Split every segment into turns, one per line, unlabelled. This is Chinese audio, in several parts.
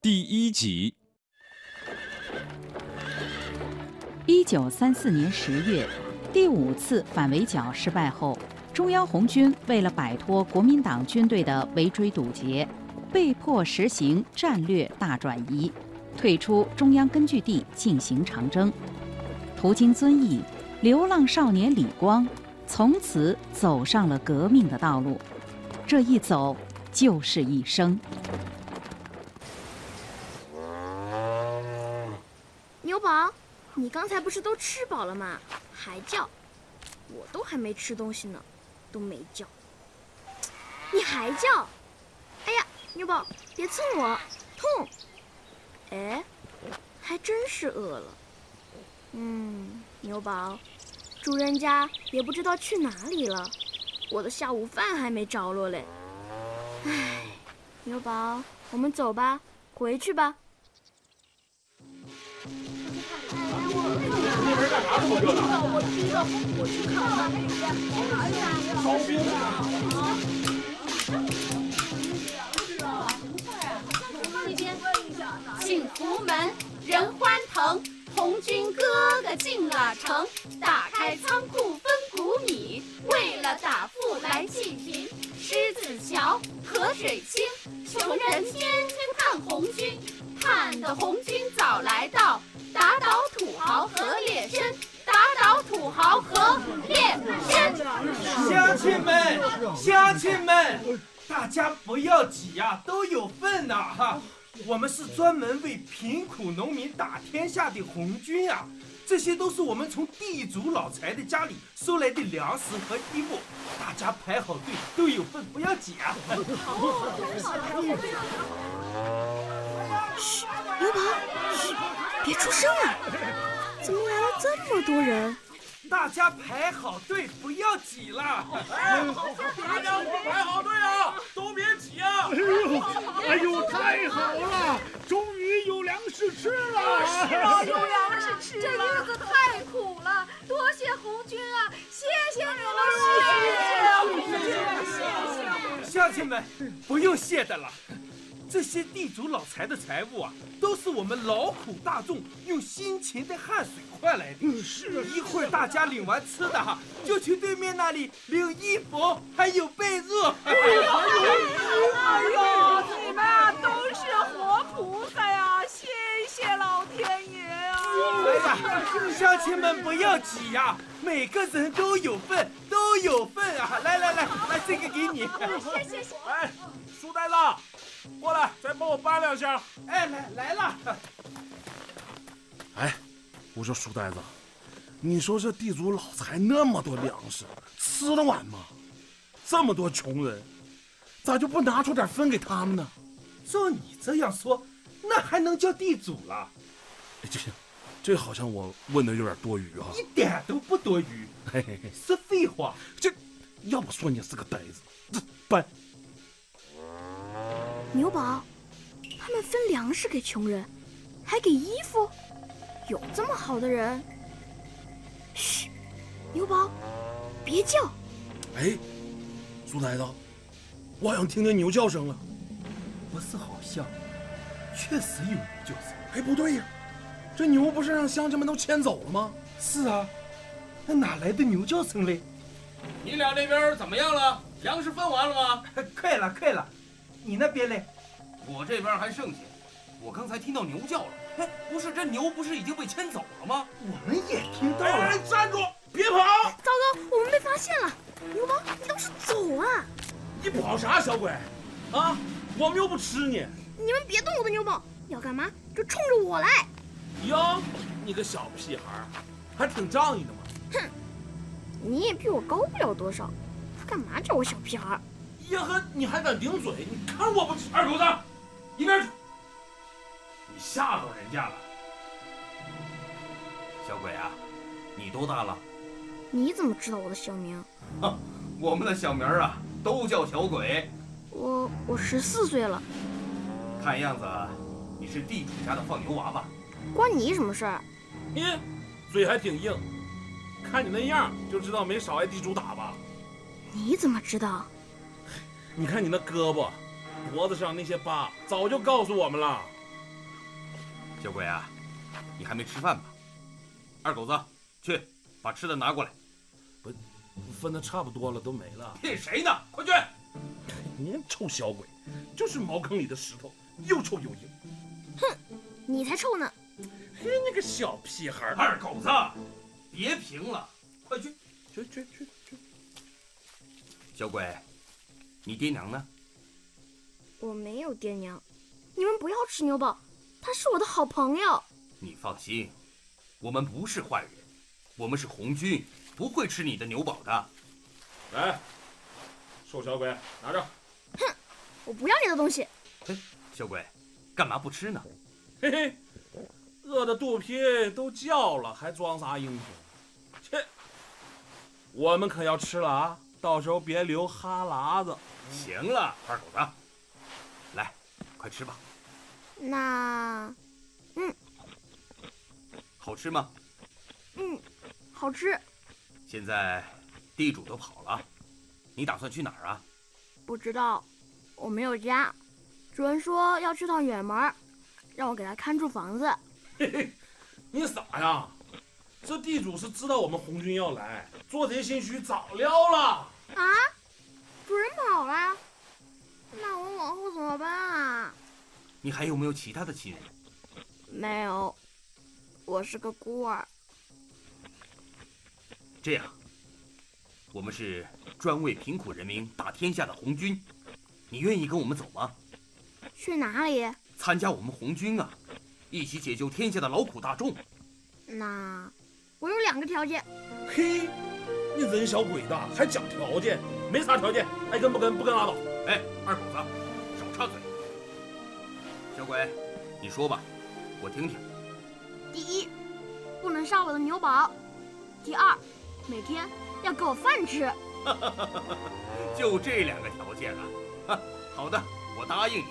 第一集，
一九三四年十月，第五次反围剿失败后，中央红军为了摆脱国民党军队的围追堵截，被迫实行战略大转移，退出中央根据地进行长征。途经遵义，流浪少年李光从此走上了革命的道路，这一走就是一生。
牛宝，你刚才不是都吃饱了吗？还叫？我都还没吃东西呢，都没叫。你还叫？哎呀，牛宝，别蹭我，痛！哎，还真是饿了。嗯，牛宝，主人家也不知道去哪里了，我的下午饭还没着落嘞。唉，牛宝，我们走吧，回去吧。
幸福门，人欢腾，红军哥哥进了城，打开仓库分谷米，为了打富来济贫。狮子桥，河水清，穷人天天盼红军，盼得红军早来到，打倒土豪和劣绅，打倒土豪和劣绅。
乡亲们，乡亲们，大家不要挤呀、都有份呐、哈！我们是专门为贫苦农民打天下的红军啊，这些都是我们从地主老财的家里收来的粮食和衣物，大家排好队都有份，不要挤啊！
牛宝，嘘，别出声啊！怎么来了这么多人？
大家排好队，不要挤了。
哎大家伙排好队啊，都别挤啊！
哎呦，太好了！终于有粮食吃了。
是啊，有粮食吃这日子太苦了，多谢红军啊！谢谢你们，谢谢谢谢。
乡亲们，不用谢的了。这些地主老财的财物啊，都是我们劳苦大众用辛勤的汗水换来的。嗯是啊一会儿大家领完吃的哈，就去对面那里领衣服，还有被褥。
哎呦，你们啊都是活菩萨呀！谢谢老天爷啊！
哎呀，乡亲们不要挤呀、每个人都有份，都有份啊！来来来，来这个给你。
哎，书呆子，过来，再帮我搬两下。
哎，来来了。
哎，我说书呆子，你说这地主老财那么多粮食，吃得完吗？这么多穷人，咋就不拿出点分给他们呢？
照你这样说，那还能叫地主了？
哎，这这好像我问的有点多余啊。
一点都不多余，
嘿嘿嘿，
是废话。
这要不说你是个呆子，这搬
牛宝，他们分粮食给穷人，还给衣服，有这么好的人？嘘，牛宝，别叫！
哎，书呆子，我好像听见牛叫声了。
不是好像，确实有牛叫声。
哎，不对呀，这牛不是让乡亲们都牵走了吗？
是啊，那哪来的牛叫声嘞？
你俩那边怎么样了？粮食分完了吗？
快了，快了，你那边嘞？
我这边还剩些，我刚才听到牛叫了。哎，不是，这牛不是已经被牵走了吗？
我们也听到
哎，
了
人。站住！别跑！
糟糕，我们被发现了！牛宝，你倒是走啊！
你跑啥，小鬼？啊，我们又不吃你。
你们别动我的牛宝，要干嘛就冲着我来！
哟，你个小屁孩儿，还挺仗义的嘛。
你也比我高不了多少，干嘛叫我小屁孩儿？
呀呵，你还敢顶嘴？你看我不二狗子，一边去！你吓到人家了，小鬼啊，你多大了？
你怎么知道我的小名？
我们的小名儿啊，都叫小鬼。
我我十四岁了，
看样子你是地主家的放牛娃吧？
关你什么事儿？
你嘴还挺硬，看你那样就知道没少挨地主打吧？
你怎么知道？
你看你那胳膊、脖子上那些疤，早就告诉我们了。小鬼啊，你还没吃饭吧？二狗子，去把吃的拿过来。
分的差不多了，都没了。
骗谁呢？快去！
您臭小鬼，就是茅坑里的石头，又臭又硬。
你才臭呢！
嘿，你个小屁孩儿，
二狗子，别贫了，快去！
去去去去！
小鬼，你爹娘呢？
我没有爹娘，你们不要吃牛宝，他是我的好朋友。
你放心，我们不是坏人，我们是红军，不会吃你的牛宝的。
来，瘦小鬼，拿着。
我不要你的东西，
小鬼，干嘛不吃呢？
嘿嘿，饿的肚皮都叫了，还装啥英雄？切，我们可要吃了啊！到时候别流哈喇子。
行了，二狗子，来，快吃吧，
那
好吃吗？
嗯，好吃。
现在地主都跑了，你打算去哪儿啊？
不知道，我没有家，主人说要去趟远门儿，让我给他看住房子。啊
你傻呀？这地主是知道我们红军要来，做贼心虚，早撩了。
啊，主人跑了，那我往后怎么办啊？
你还有没有其他的亲人？
没有，我是个孤儿。
这样，我们是专为贫苦人民打天下的红军，你愿意跟我们走吗？
去哪里？
参加我们红军啊，一起解救天下的劳苦大众。
那我有两个条件，
嘿，你人小鬼大，还讲条件？没啥条件，爱跟不跟，不跟拉倒。
哎，二狗子，少插嘴。小鬼，你说吧，我听听。
第一，不能杀我的牛宝；第二，每天要给我饭吃。
就这两个条件啊？哈，好的，我答应你。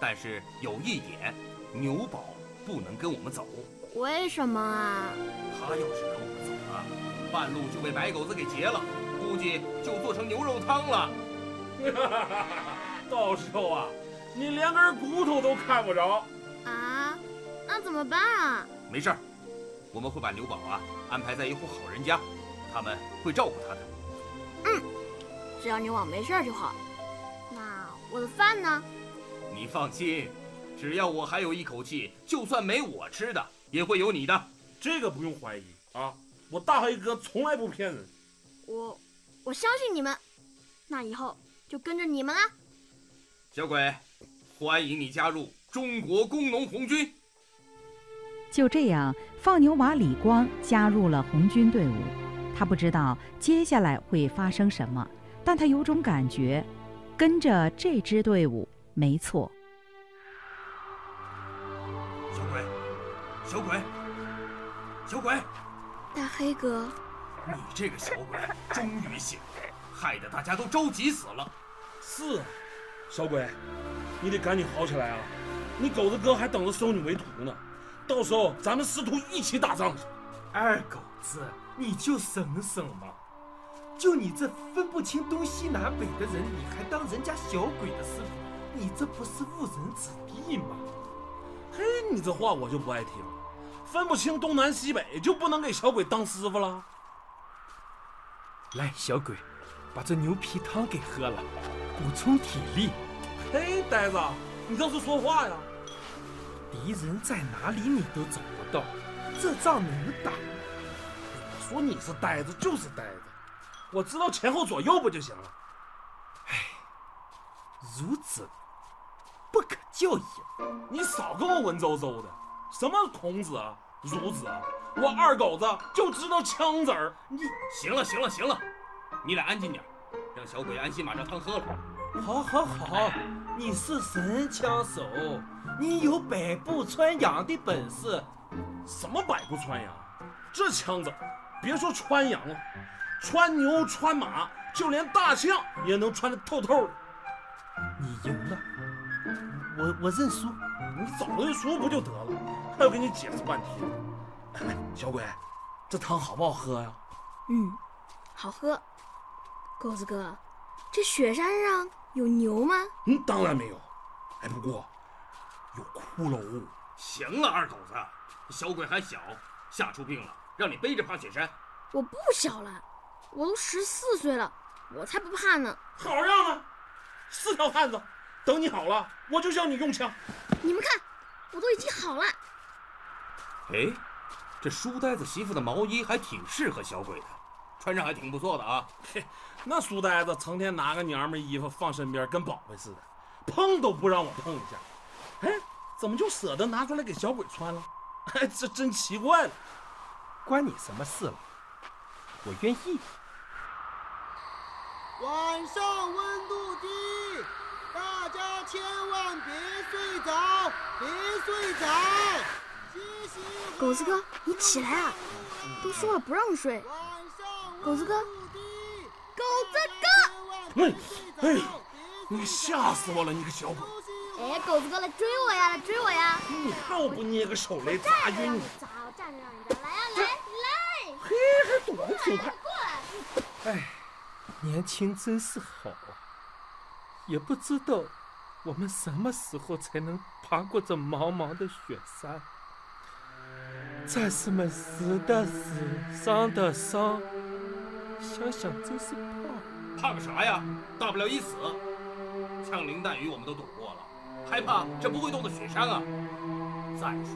但是有一点，牛宝不能跟我们走，
为什么啊？
他要是跟我们走了，半路就被白狗子给劫了，估计就做成牛肉汤了。
到时候啊，你连根骨头都看不着。
啊，那怎么办啊？
没事儿，我们会把牛宝啊安排在一户好人家，他们会照顾他的。
只要牛宝没事儿就好。那我的饭呢？
你放心，只要我还有一口气，就算没我吃的，也会有你的。
这个不用怀疑啊，我大黑哥从来不骗人。
我我相信你们，那以后就跟着你们啊啦。
小鬼，欢迎你加入中国工农红军。
就这样，放牛娃李光加入了红军队伍。他不知道接下来会发生什么，但他有种感觉，跟着这支队伍没错。
小鬼，小鬼，小鬼，
大黑哥，
你这个小鬼终于醒了，害得大家都着急死了。
是啊，小鬼，你得赶紧好起来啊！你狗子哥还等着收你为徒呢，到时候咱们师徒一起打仗去。
二狗子，你就省省嘛！就你这分不清东西南北的人，你还当人家小鬼的师傅，你这不是误人子弟吗？
嘿，你这话我就不爱听了，分不清东南西北就不能给小鬼当师傅了？
来，小鬼，把这牛皮汤给喝了，补充体力。
嘿，呆子，你倒是说话呀！
敌人在哪里你都找不到，这仗能打？
我说你是呆子就是呆子，我知道前后左右不就行了？
孺子不可教也。
你少跟我文绉绉的，什么孔子啊、孺子啊，我二狗子就知道枪子儿，你
行了，行了，行了，你俩安静点儿，让小鬼安心把这汤喝了。
好，好，好，你是神枪手，你有百步穿杨的本事。
什么百步穿杨？这枪子，别说穿杨了，穿牛、穿马，就连大象也能穿得透透的。
你赢了，我我认输。
你早认输不就得了？还要跟你解释半天。小鬼，这汤好不好喝呀、
嗯，好喝。狗子哥，这雪山上有牛吗？
嗯，当然没有。哎，不过有骷髅，
行了，二狗子，小鬼还小，吓出病了，让你背着爬雪山。
我不小了，我都十四岁了，我才不怕呢！
好样的，四条汉子，等你好了，我就向你用枪。
你们看，我都已经好了。
哎，这书呆子媳妇的毛衣还挺适合小鬼的，穿上还挺不错的啊。
那书呆子成天拿个娘们衣服放身边，跟宝贝似的，碰都不让我碰一下。哎，怎么就舍得拿出来给小鬼穿了？哎，这真奇怪了。
关你什么事了？我愿意。
晚上温度低，大家千万别睡着，别睡着。
狗子哥，你起来啊！都说了不让睡。狗子哥，狗子
哎哎，你吓死我了，你个小鬼！
哥！哎，狗子哥来追我呀，来追我呀！
你看我不捏个手雷砸晕你！
砸，我站着让你砸，来呀、来来！
嘿，还躲得挺快。
哎，年轻真是好，也不知道我们什么时候才能爬过这茫茫的雪山。战士们死的死，伤的伤，想想真是怕。
怕个啥呀？大不了一死。枪林弹雨我们都躲过了，还怕这不会动的雪山啊？再说，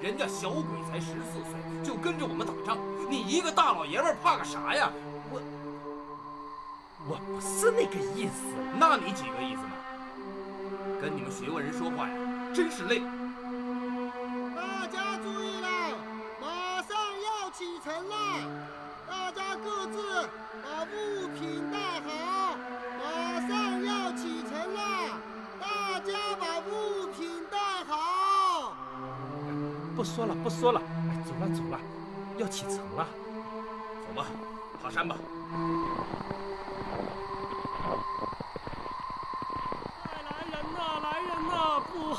人家小鬼才十四岁，就跟着我们打仗，你一个大老爷们儿怕个啥呀？我，
我不是那个意思。
那你几个意思呢？跟你们学问人说话呀，真是累。
大家注意了，马上要启程了，大家各自把物品带好，马上要启程了，大家把物品带好。
不说了，不说了，哎走了走了，要启程了。
走吧，爬山吧。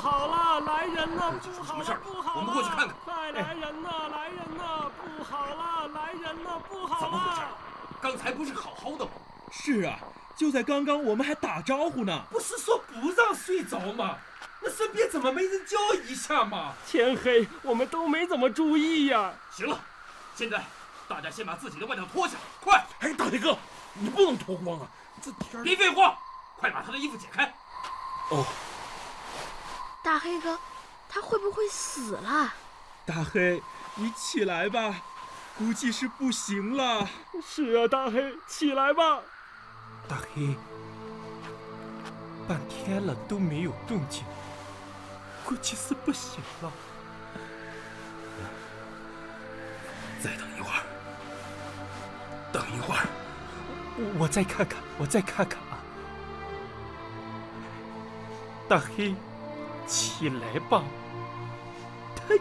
来人呐，来人呐，不好啦，来人呐，不好什么事儿？我们过去看看。快来人呐，来人呐，不好啦，来人呐，不好啦。怎么回事儿？刚才不是好好的吗？
是啊，就在刚刚我们还打招呼呢。
不是说不让睡着吗？那身边怎么没人教一下嘛？
天黑，我们都没怎么注意呀、
行了，现在大家先把自己的外套脱下，快，
哎，大黑哥，你不能脱光啊！这天儿
别废话，快把他的衣服解开。
大黑哥，他会不会死了？
大黑，你起来吧，估计是不行了。
是啊，大黑，起来吧。
大黑，半天了都没有动静，估计是不行了。
再等一会儿，等一会儿。
我我再看看，我再看看啊。大黑，起来吧，他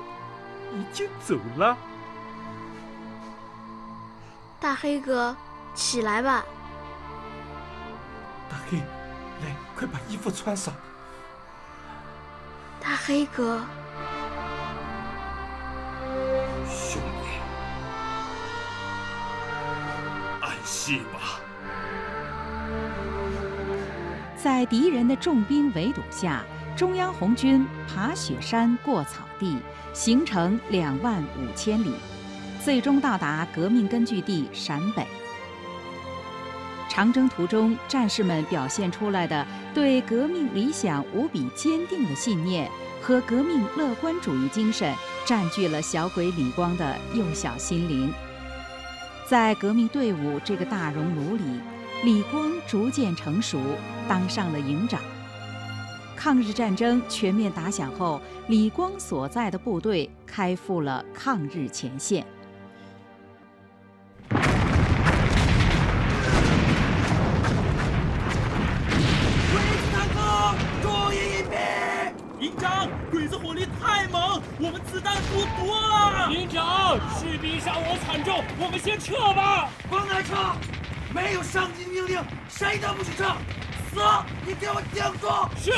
已经走了。
大黑哥，起来吧！
大黑，来，快把衣服穿上。
大黑哥，
兄弟，安息吧。
在敌人的重兵围堵下，中央红军爬雪山、过草地，行程两万五千里，最终到达革命根据地陕北。长征途中，战士们表现出来的对革命理想无比坚定的信念和革命乐观主义精神，占据了小鬼李光的幼小心灵。在革命队伍这个大熔炉里，李光逐渐成熟，当上了营长。抗日战争全面打响后，李光所在的部队开赴了抗日前线。
营长，鬼子火力太猛，我们子弹不多啊了。
营长，士兵伤亡惨重，我们先撤吧。
往哪撤？没有上级命令，谁都不许撤。死！你给我顶住！
是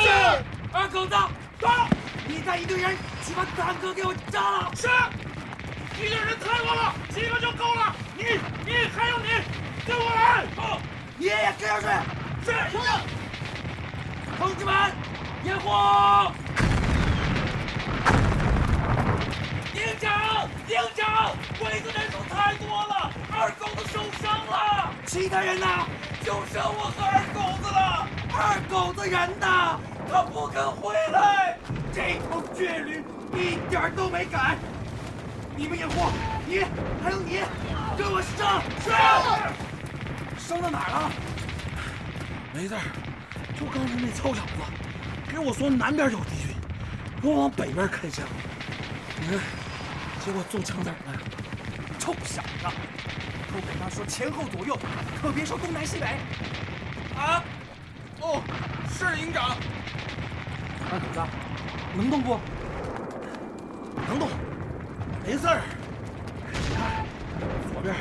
二狗子，到！你带一队人去把坦克给我炸了。是。一队人太多了，几个就够了。你、你还有你，跟我来！好。你也跟上去。是。同志们，烟火！
大
其他人呐，就剩我和二狗子了。二狗子人呐，他不肯回来。这头倔驴一点儿都没改。你们掩护，你还有你，给我上！上！上到哪儿了？
没事儿，就刚才那操场子，给我说南边有敌军，我往北边开枪，你看，结果中枪子儿了。
臭小子，都跟他说前后左右，可别说东南西北。
啊！哦，是营长。
二狗子，能动不？
能动，没事儿。左边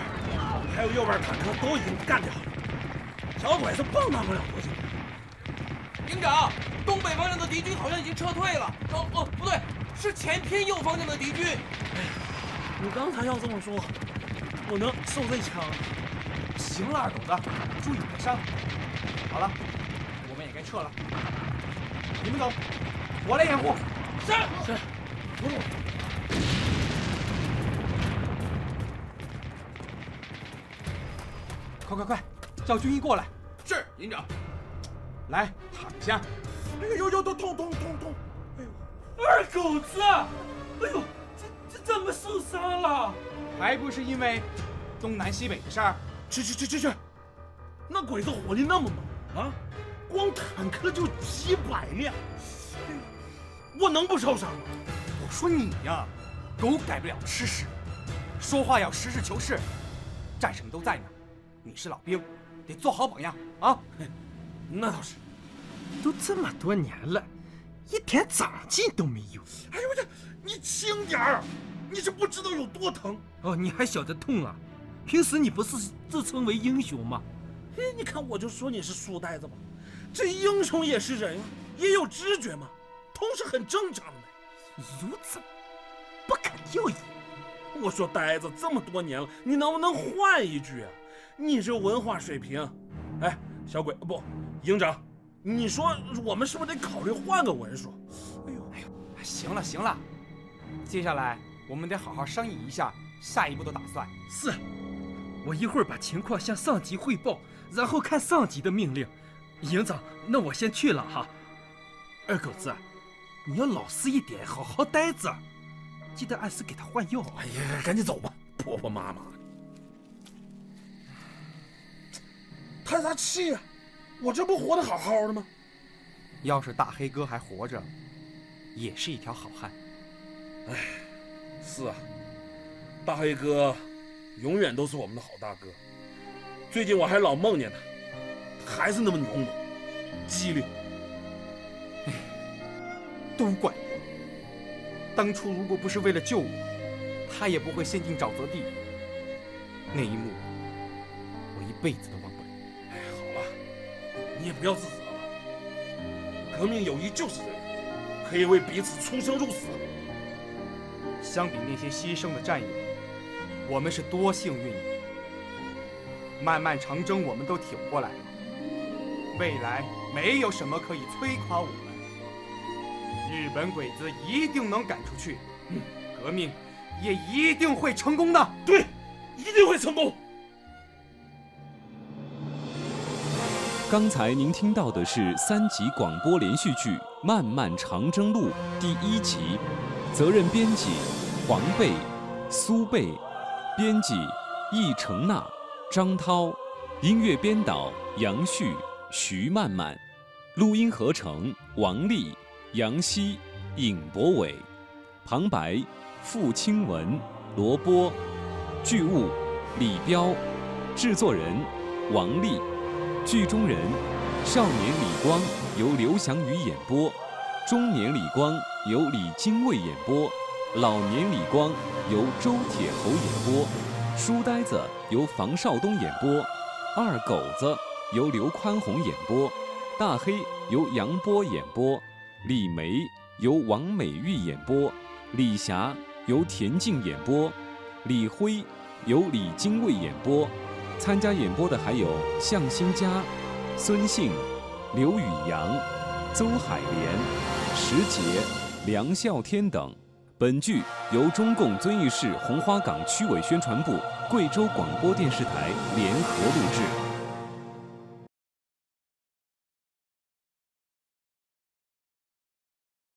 还有右边坦克都已经干掉了，小鬼子蹦跶不了多久。
营长，东北方向的敌军好像已经撤退了。哦哦，不对，是前偏右方向的敌军。
哎
你刚才要这么说，我能受这枪？
行了，二狗子，注意你的伤。好了，我们也该撤了。你们走，我来掩护。哦是是，不用。快快快，叫军医过来！
是营长。
来，躺下。
哎呦呦呦，痛痛痛痛痛！
二狗子，哎呦，这这怎么受伤了？还不是因为东南西北的事儿。
去去去去去！那鬼子火力那么猛啊，光坦克就几百辆，哎我能不受伤吗？
我说你呀、狗改不了吃屎，说话要实事求是。战士们都在呢，你是老兵，得做好榜样啊！
那倒是。
都这么多年了，一点长进都没有。
哎呦我去，你轻点儿，你是不知道有多疼。
哦，你还晓得痛啊？平时你不是自称为英雄吗？
嘿，你看我就说你是书呆子吧，这英雄也是人啊，也有知觉嘛，痛是很正常的。
如此不可救也。
哎我说呆子，这么多年了，你能不能换一句啊？你这文化水平，哎，小鬼不，营长，你说我们是不是得考虑换个文说？哎呦，
行了行了，接下来我们得好好商议一下下一步的打算。
是，我一会儿把情况向上级汇报，然后看上级的命令。营长，那我先去了哈。二狗子，你要老实一点，好好待着，记得按时给他换药啊。
哎呀，赶紧走吧，婆婆妈妈的。叹啥气呀、我这不活得好好的吗？
要是大黑哥还活着，也是一条好汉。
是啊，大黑哥永远都是我们的好大哥。最近我还老梦见他，还是那么勇猛、机灵。
都怪我，当初如果不是为了救我，他也不会陷进沼泽地。那一幕，我一辈子都忘不了。
哎，好了，你也不要自责了。革命友谊就是这样，可以为彼此出生入死。
相比那些牺牲的战友，我们是多幸运呀！漫漫长征我们都挺过来了，未来没有什么可以摧垮我们。日本鬼子一定能赶出去，嗯革命也一定会成功的。
对，一定会成功。
刚才您听到的是三集广播连续剧《漫漫长征路》第一集，责任编辑黄贝、苏贝，编辑易成娜、张涛，音乐编导杨旭、徐漫漫，录音合成王丽、杨希、尹博伟，旁白付清文、罗波，剧务李彪，制作人王丽。剧中人，少年李光由刘翔宇演播，中年李光由李精卫演播，老年李光由周铁侯演播，书呆子由房少东演播，二狗子由刘宽宏演播，大黑由杨波演播，李梅由王美玉演播，李霞由田静演播，李辉由李精卫演播。参加演播的还有向新佳、孙信、刘宇阳、邹海莲、石杰、梁啸天等。本剧由中共遵义市红花岗区委宣传部、贵州广播电视台联合录制。